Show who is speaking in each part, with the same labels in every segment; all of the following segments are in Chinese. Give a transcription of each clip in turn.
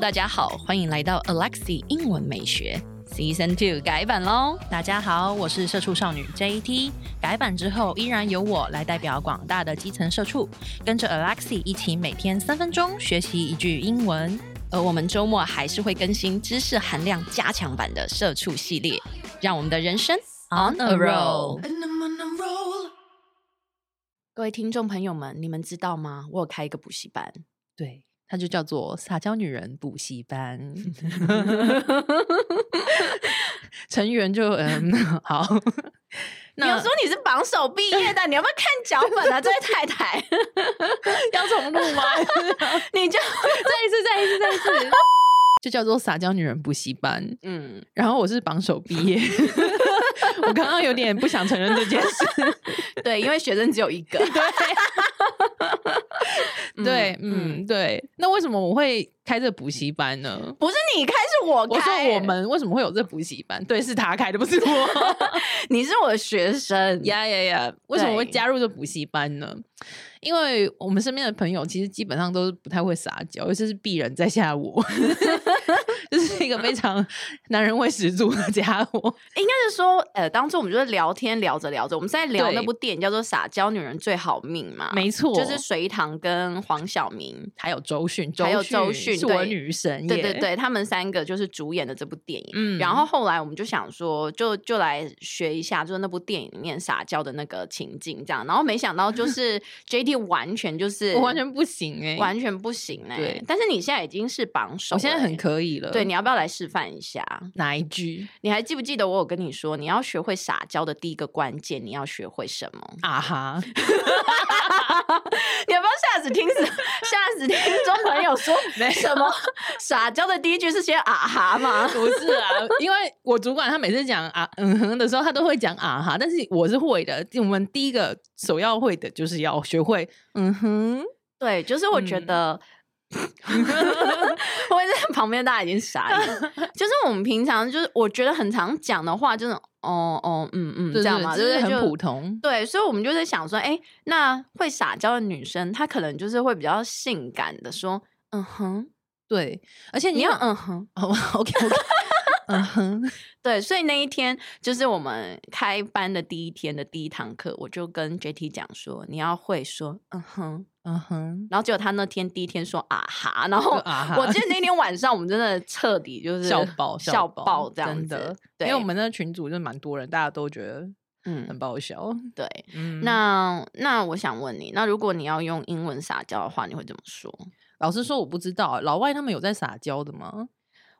Speaker 1: 大家好，欢迎来到 Alexi 英文美学 Season Two 改版喽！
Speaker 2: 大家好，我是社畜少女 JT。改版之后，依然由我来代表广大的基层社畜，跟着 Alexi 一起每天三分钟学习一句英文。
Speaker 1: 而我们周末还是会更新知识含量加强版的社畜系列，让我们的人生 on a roll。
Speaker 3: And I'm on a roll.
Speaker 1: 各位听众朋友们，你们知道吗？我有开一个补习班，
Speaker 2: 对，它就叫做撒娇女人补习班。成员就嗯 好，
Speaker 1: 你有说
Speaker 3: 你是榜首毕业的，你要不要看脚本啊？这位太太，
Speaker 2: 要重录吗？
Speaker 3: 你就
Speaker 2: 再一次，再一次，再一次，就叫做撒娇女人补习班。
Speaker 1: 嗯，
Speaker 2: 然后我是榜首毕业， 我刚刚有点不想承认这件事。
Speaker 3: 对，因为学生只有一个。
Speaker 2: 对，嗯，对。那为什么我会开这补习班呢？
Speaker 3: 不是你开，是我开。
Speaker 2: 我说我，们为什么会有这补习班？对，是他开的，不是 我。
Speaker 3: 你是我的学生。
Speaker 2: 呀呀呀！为什么会
Speaker 3: 对
Speaker 2: 加入这补习班呢？因为我们身边的朋友其实基本上都不太会撒娇，尤其是鄙人在下我， 就是一个非常男人味十足的家 伙。
Speaker 3: 应该是说，呃，当初我们就是聊天聊着聊着，我们是在聊
Speaker 2: 对
Speaker 3: 那部电影叫做《撒娇女人最好命》嘛，
Speaker 2: 没错，
Speaker 3: 就是隋唐跟黄晓明。
Speaker 2: 还有周迅，
Speaker 3: 还有周
Speaker 2: 迅
Speaker 3: 迅
Speaker 2: 是我的
Speaker 3: 对
Speaker 2: 女神，
Speaker 3: 对对。对，他们三个就是主演的这部电影。
Speaker 2: 嗯
Speaker 3: 然后后来我们就想说，就就来学一下，就是那部电影里面撒娇的那个情境这样。然后没想到就是 JT 完全就是
Speaker 2: 我完全不行哎、
Speaker 3: 完全不行哎、
Speaker 2: 对
Speaker 3: 但是你现在已经是榜首、
Speaker 2: 我现在很
Speaker 3: 欸。
Speaker 2: 可以了。
Speaker 3: 对，你要不要来示范一下？
Speaker 2: 哪一句
Speaker 3: 你还记不记得我有跟你说，你要学会撒娇的第一个关键，你要学会什么？
Speaker 2: 啊哈？
Speaker 3: 你要不要吓死听死吓死听众朋友 说什么 撒娇的第一句是先啊哈吗？
Speaker 2: 不是啊，因为我主管他每次讲啊嗯哼的时候，他都会讲啊哈，但是我是会的。我们第一个首要会的就是要学会嗯 哼，
Speaker 3: 对，就是我觉
Speaker 2: 嗯
Speaker 3: 得、我在旁边，大家已经傻了。 就是我们平常就是我觉得很常讲的话，就是哦哦嗯嗯
Speaker 2: 对
Speaker 3: 这样
Speaker 2: 对
Speaker 3: 嘛，
Speaker 2: 这
Speaker 3: 对
Speaker 2: 是
Speaker 3: 不对？
Speaker 2: 很普
Speaker 3: 就
Speaker 2: 通。
Speaker 3: 对，所以我们就在想说，哎，那会撒娇的女生，她可能就是会比较性感的说，嗯哼，
Speaker 2: 对，而且你
Speaker 3: 你要
Speaker 2: 要嗯
Speaker 3: 嗯哼，
Speaker 2: 哦 OK OK，嗯哼，
Speaker 3: 对，所以那一天就是我们开班的第一天的第一堂课，我就跟 JT 讲说，你要会说嗯哼，
Speaker 2: 嗯哼，
Speaker 3: 然后结果他那天第一天说啊哈，然
Speaker 2: 就
Speaker 3: 后
Speaker 2: 啊哈，
Speaker 3: 我记得那天晚上，我们真的彻底就是
Speaker 2: 笑爆
Speaker 3: 笑
Speaker 2: 爆
Speaker 3: 爆这样
Speaker 2: 真
Speaker 3: 子
Speaker 2: 的，因
Speaker 3: 对，
Speaker 2: 为我们那群组就蛮多人，大家都觉得很
Speaker 3: 嗯
Speaker 2: 爆笑。
Speaker 3: 对。
Speaker 2: 嗯，
Speaker 3: 那那我想问你，那如果你要用英文撒娇的话，你会怎么说？
Speaker 2: 老实说，我不知道老外他们有在撒娇的吗？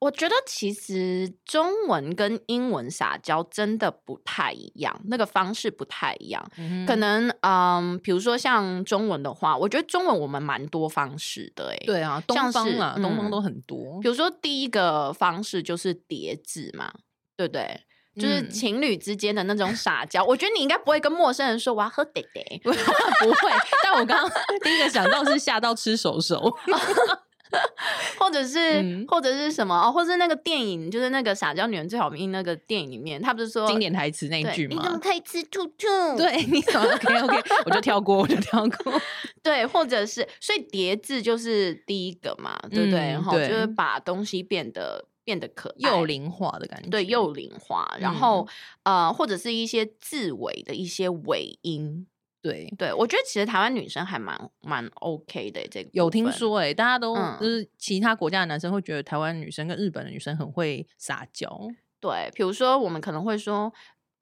Speaker 3: 我觉得其实中文跟英文撒娇真的不太一样，那个方式不太一样。可
Speaker 2: 能。
Speaker 3: 能嗯，比如说像中文的话，我觉得中文我们蛮多方式的诶、欸。
Speaker 2: 对啊，东
Speaker 3: 像
Speaker 2: 方
Speaker 3: 是
Speaker 2: 啊，东方
Speaker 3: 嗯
Speaker 2: 都很多
Speaker 3: 比。如说第一个方式就是叠字嘛，对不对？就是
Speaker 2: 嗯，
Speaker 3: 情侣之间的那种撒娇，我觉得你应该不会跟陌生人说我要喝爹爹
Speaker 2: 不会，但我 刚刚第一个想到是吓到吃手手，
Speaker 3: 或者是、
Speaker 2: 嗯
Speaker 3: 或者是什么，哦，或是那个电影，就是那个撒娇女人最好命那个电影里面，他不是说
Speaker 2: 经典台词那一
Speaker 3: 哦对
Speaker 2: 句
Speaker 3: 你怎么
Speaker 2: 嘛。
Speaker 3: 可以吃兔兔？
Speaker 2: 对，你怎么 OK OK？我就跳过，我就跳 过。
Speaker 3: 对，或者是所以叠字就是第一个嘛，对不对？
Speaker 2: 嗯
Speaker 3: 然后
Speaker 2: 对
Speaker 3: 就是把东西变得变得可爱，
Speaker 2: 幼龄化的感觉，
Speaker 3: 对幼龄化，然后、
Speaker 2: 嗯
Speaker 3: 呃，或者是一些字尾的一些尾音，
Speaker 2: 对。
Speaker 3: 对，我觉得其实台湾女生还蛮蛮 OK 的这个
Speaker 2: 有
Speaker 3: 部
Speaker 2: 听
Speaker 3: 分，
Speaker 2: 说哎、大家都
Speaker 3: 嗯
Speaker 2: 就是其他国家的男生会觉得台湾女生跟日本的女生很会撒娇，
Speaker 3: 对，比如说我们可能会说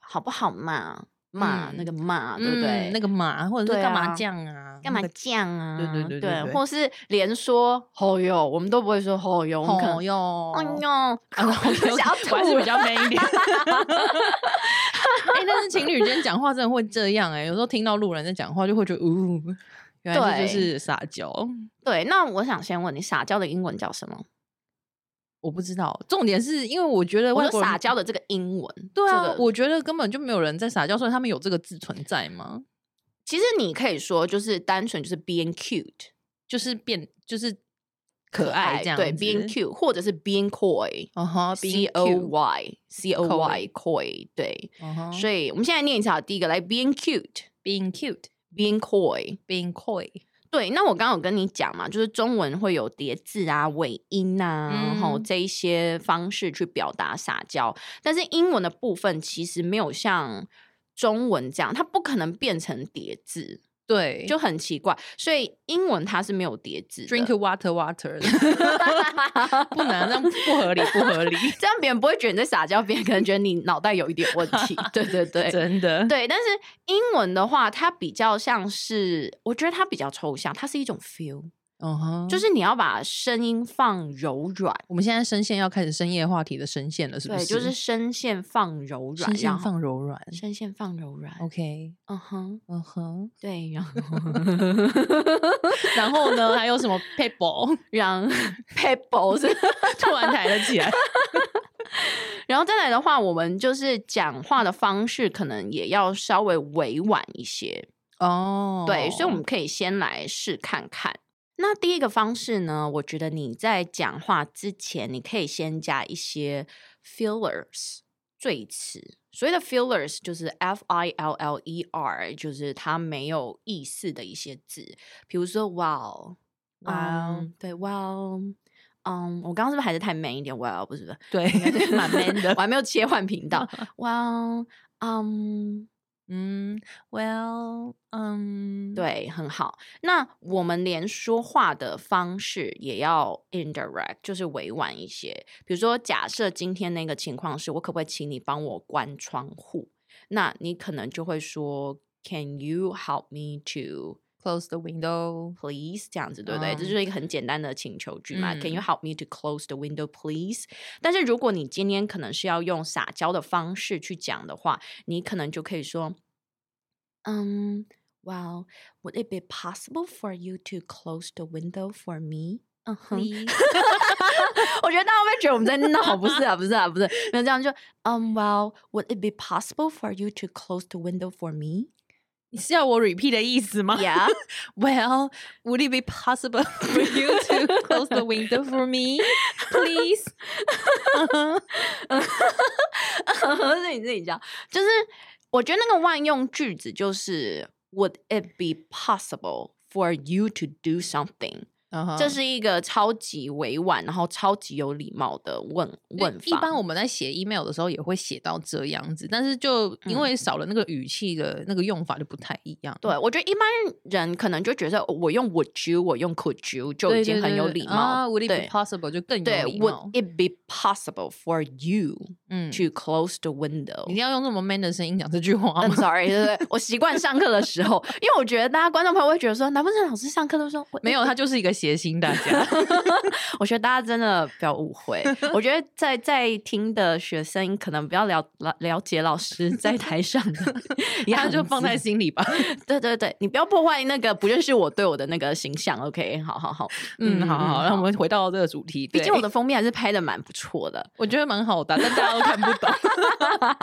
Speaker 3: 好不好嘛嘛、那
Speaker 2: 嗯
Speaker 3: 个嘛，对不对？
Speaker 2: 嗯那
Speaker 3: 个
Speaker 2: 个嘛，或者是
Speaker 3: 对
Speaker 2: 干嘛
Speaker 3: 啊
Speaker 2: 酱啊，
Speaker 3: 干嘛
Speaker 2: 那个
Speaker 3: 酱啊？
Speaker 2: 对对对对对
Speaker 3: 或是连说吼哟，我们都不会说吼哟，我们可
Speaker 2: 哦
Speaker 3: 能
Speaker 2: 哟，
Speaker 3: 哦
Speaker 2: 哦
Speaker 3: 哟，
Speaker 2: 啊，OK，
Speaker 3: 想要
Speaker 2: 我还是
Speaker 3: 吐
Speaker 2: 比较 man 一 点。哎、但是情侣间讲话真的会这样哎、有时候听到路人在讲话，就会觉得，呜、原来
Speaker 3: 对
Speaker 2: 这就是撒娇。
Speaker 3: 对，那我想先问你，撒娇的英文叫什么？
Speaker 2: 我不知道，重点是因为我觉得
Speaker 3: 我
Speaker 2: 外
Speaker 3: 说
Speaker 2: 国人
Speaker 3: 撒娇的这个英文，
Speaker 2: 对啊，
Speaker 3: 这个
Speaker 2: 我觉得根本就没有人在撒娇，所以他们有这个字存在吗？
Speaker 3: 其实你可以说就是单纯就是 being cute，
Speaker 2: 就是变，就是可爱这样
Speaker 3: 对
Speaker 2: 子
Speaker 3: being cute，或者是 being coy。
Speaker 2: 哦哈
Speaker 3: C O Y C O Y coy 对，所
Speaker 2: 以
Speaker 3: 以我们现在念一下第一个来 being cute
Speaker 2: being cute
Speaker 3: being coy
Speaker 2: being coy
Speaker 3: 对，那我刚刚有跟你讲嘛，就是中文会有叠字啊、尾音啊，然后
Speaker 2: 嗯
Speaker 3: 这一些方式去表达撒娇。但是英文的部分其实没有像中文这样，它不可能变成叠字，
Speaker 2: 对，
Speaker 3: 就很奇怪。所以英文它是没有叠字的
Speaker 2: drink water water，不 啊能这样不合理，不合理，
Speaker 3: 这样别人不会觉得你在撒娇，别人可能觉得你脑袋有一点问 题。对对 对，
Speaker 2: 真的。
Speaker 3: 对，但是英文的话，它比较像是，我觉得它比较抽象，它是一种 feel，、
Speaker 2: 嗯哼，
Speaker 3: 就是是你要把声音放柔软，
Speaker 2: 我们现在声线要开始深夜话题的声线了，是不
Speaker 3: 对，就是声线放柔软，
Speaker 2: 声线
Speaker 3: 然后
Speaker 2: 放哦柔软。
Speaker 3: 声线放柔软，
Speaker 2: OK，
Speaker 3: 嗯哼，
Speaker 2: 嗯哼，
Speaker 3: 对， 然后
Speaker 2: 然后呢，还有 什么 people
Speaker 3: 让 people 是，
Speaker 2: 突然抬了起来？
Speaker 3: 然后再来的话，我们就是讲话的方式可能也要稍微委婉一些，
Speaker 2: 哦，
Speaker 3: 对，所以我们可以先来试看看。那第一个方式呢，我觉得你在讲话之前，你可以先加一些 fillers 赘词。所谓的 fillers 就是 f i l l e r，就是它没有意思的一些字，比如说 wow，
Speaker 2: 哇哦
Speaker 3: 嗯对 wow。嗯我刚刚是不是还是太 man 一点？Wow，不是 不是，
Speaker 2: 对蛮 man 的
Speaker 3: 我。还没有切换频道。Wow，嗯、
Speaker 2: 嗯，Well，嗯，，
Speaker 3: 对，很好。那我们连说话的方式也要 indirect，就是委婉一些。比如说，假设今天那个情况是我可不可以请你帮我关窗户？那你可能就会说，Can you help me to
Speaker 2: ，Close the window。
Speaker 3: please？这样子，对不对？这
Speaker 2: 嗯
Speaker 3: 就是一个很简单的请求句嘛。Can you
Speaker 2: 嗯
Speaker 3: help me to close the window, please？但是如果你今天可能是要用撒娇的方式去讲的话，你可能就可以说，嗯、w e l l would it be possible for you to close the window for me？嗯哼， 我觉得大家会不会觉得我们在闹？不是啊，不是啊，不是，没有这样就，嗯、w e l l would it be possible for you to close the window for me？
Speaker 2: 你是要我 repeat 的意思吗
Speaker 3: Yeah.
Speaker 2: Well, would it be possible for you to close the window for me, please?
Speaker 3: 是 你自己讲，就是我觉得那个万用句子就是 Would it be possible for you to do something？、这
Speaker 2: 嗯
Speaker 3: 是一个超级委婉，然后超级有礼貌的问问法。
Speaker 2: 一般我们在写 email 的时候也会写到这样子，但是就因为少了那个语气的那个用法就不太一样。
Speaker 3: 对我觉得一般人可能就觉得我用 Would you，我用 Could you 就
Speaker 2: 对，
Speaker 3: 已经
Speaker 2: 对
Speaker 3: 很有
Speaker 2: 对
Speaker 3: 礼
Speaker 2: 啊
Speaker 3: 貌。
Speaker 2: ，Would it be
Speaker 3: 对
Speaker 2: possible 就更
Speaker 3: 对
Speaker 2: 有礼貌
Speaker 3: ，Would。it be possible for you
Speaker 2: 嗯，
Speaker 3: to close the
Speaker 2: 你
Speaker 3: window？
Speaker 2: 一定要用这么 man 的声音讲这句话
Speaker 3: I'm
Speaker 2: 吗？
Speaker 3: sorry，对对对，我习惯上课的时候，因为我觉得大家观众朋友会觉得说，难不成老师上课都说
Speaker 2: 没有，他就是一个谐星，大家。
Speaker 3: 我觉得大家真的不要误会，我觉得在在听的学生可能不要了了了解老师在台上 的
Speaker 2: 他
Speaker 3: 样
Speaker 2: 就放
Speaker 3: 子
Speaker 2: 在心里吧。
Speaker 3: 对对对，你不要破坏那个不认识我对我的那个形象。OK，好好好，
Speaker 2: 嗯，好好，让我。们回到这个主题。
Speaker 3: 毕
Speaker 2: 对
Speaker 3: 竟我的封面还是拍的蛮不错的。
Speaker 2: 我觉得蛮好的，但大家都看不懂。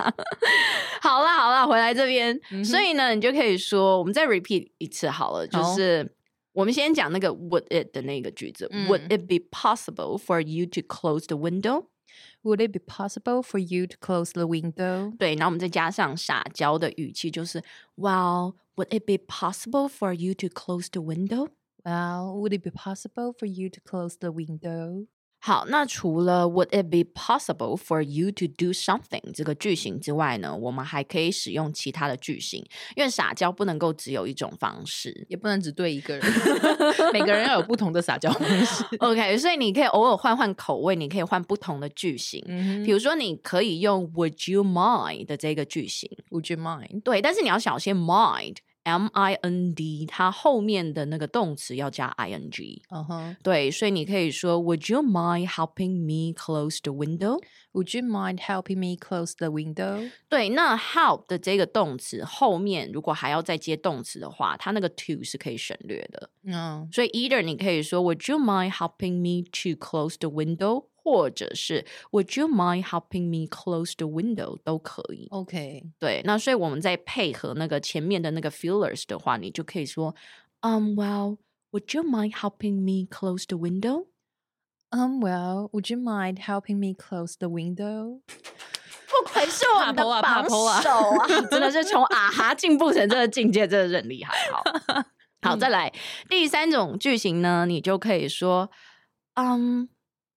Speaker 3: 好啦好啦，回来这边，
Speaker 2: 嗯哼
Speaker 3: 所以呢，你就可以说，我们再 repeat 一次好了，就
Speaker 2: 好
Speaker 3: 是。我们先讲那个 would it 的那个句子、
Speaker 2: 嗯
Speaker 3: w o u l d it be possible for you to close the window？
Speaker 2: Would it be possible for you to close the window？
Speaker 3: 对，然后我们再加上撒娇的语气，就是 Well, would it be possible for you to close the window？
Speaker 2: Well, would it be possible for you to close the window？
Speaker 3: 好，那除了 Would it be possible for you to do something 这个句型之外呢，我们还可以使用其他的句型，因为撒娇不能够只有一种方式。
Speaker 2: 也不能只对 一个人，每个人要有不同的撒娇方式。
Speaker 3: OK，所以你可以偶尔换换口味，你可以换不同的句型。
Speaker 2: 嗯
Speaker 3: 比如说，你可以用 Would you mind 的这个句型，
Speaker 2: ，Would you mind？
Speaker 3: 对，但是你要小心 mind m i n d，它后面的那个动词要加 i n g。
Speaker 2: 嗯哼
Speaker 3: 对，所以你可以说 Would you mind helping me close the window？
Speaker 2: ，Would you mind helping me close the window？
Speaker 3: 对，那 help 的这个动词后面如果还要再接动词的话，它那个 to 是可以省略的。
Speaker 2: 嗯
Speaker 3: 所以 either 你可以说 Would you mind helping me to close the window？或者是 Would you mind helping me close the window 都可以。
Speaker 2: ，OK，
Speaker 3: 对，那所以我们再配合那个前面的那个 fillers 的话，你就可以说，嗯、w e l l would you mind helping me close the window？
Speaker 2: Um, well, would you mind helping me close the window?
Speaker 3: 不愧是我们的
Speaker 2: 怕 po 啊
Speaker 3: 榜
Speaker 2: 怕 po 啊
Speaker 3: 首啊！真的是从啊哈进步成这个境界，真的是很厉害。好，好，再来第三种句型呢，你就可以说，嗯、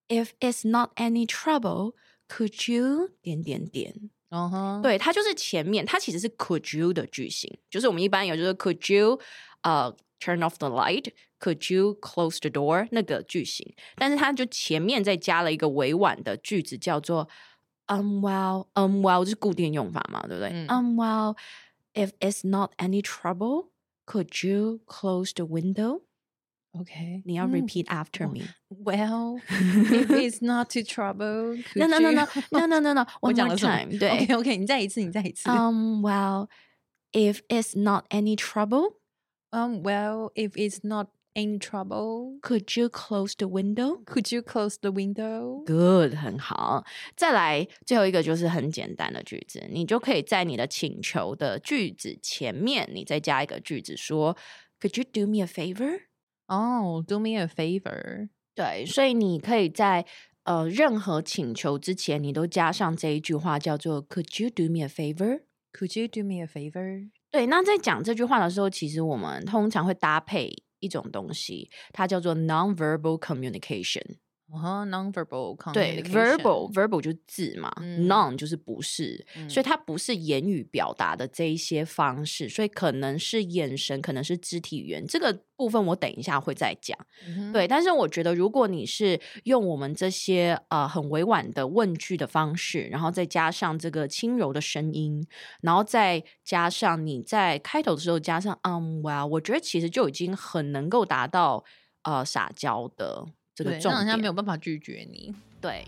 Speaker 3: i f it's not any trouble, could you 点点点。
Speaker 2: 嗯哼，
Speaker 3: 对，它就是前面，它其实是 could you 的句型，就是我们一般有就是 could you 呃、turn off the light，could you close the door 那个句型，但是它就前面再加了一个委婉的句子，叫做 um well um well 就是固定用法嘛，对不对、
Speaker 2: 嗯
Speaker 3: um well if it's not any trouble。Could you close the window？
Speaker 2: ，OK，
Speaker 3: 你要
Speaker 2: 嗯
Speaker 3: repeat after
Speaker 2: 哇
Speaker 3: me。
Speaker 2: Well, if it's not too trouble,
Speaker 3: No no no no no no no no。
Speaker 2: 我
Speaker 3: One
Speaker 2: 讲
Speaker 3: more
Speaker 2: 了什
Speaker 3: time。
Speaker 2: 么？
Speaker 3: 对。
Speaker 2: ，OK OK，你再一次，你再一次。
Speaker 3: Um well if it's not any trouble。
Speaker 2: Um, well, if it's not in trouble,
Speaker 3: Could you close the window?
Speaker 2: could you close the window?
Speaker 3: Good，很好。再来最后一个就是很简单的句子，你就可以在你的请求的句子前面，你再加一个句子说，Could you do me a favor？
Speaker 2: 哦、d o me a favor.
Speaker 3: 对，所以你可以在呃任何请求之前，你都加上这一句话，叫做 Could you do me a favor？
Speaker 2: Could you do me a favor?
Speaker 3: 对，那在讲这句话的时候，其实我们通常会搭配一种东西，它叫做 nonverbal communication。
Speaker 2: 哦、uh-huh,，nonverbal communication.
Speaker 3: 对，verbal verbal 就是字嘛、
Speaker 2: 嗯
Speaker 3: n o n 就是不是，所以它不是言语表达的这一些方式，所以可能是眼神，可能是肢体语言这个部分，我等一下会再讲。
Speaker 2: 嗯哼
Speaker 3: 对，但是我觉得如果你是用我们这些呃很委婉的问句的方式，然后再加上这个轻柔的声音，然后再加上你在开头的时候加上嗯哇，我觉得其实就已经很能够达到呃撒娇的这个
Speaker 2: 对，
Speaker 3: 重
Speaker 2: 那好像
Speaker 3: 点
Speaker 2: 没。有办法拒绝你。
Speaker 3: 对。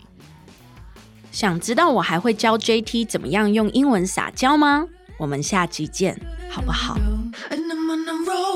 Speaker 3: 想知道我还会教 JT 怎么样用英文撒娇吗？我们下集见，好不好？
Speaker 4: And I'm on a roll.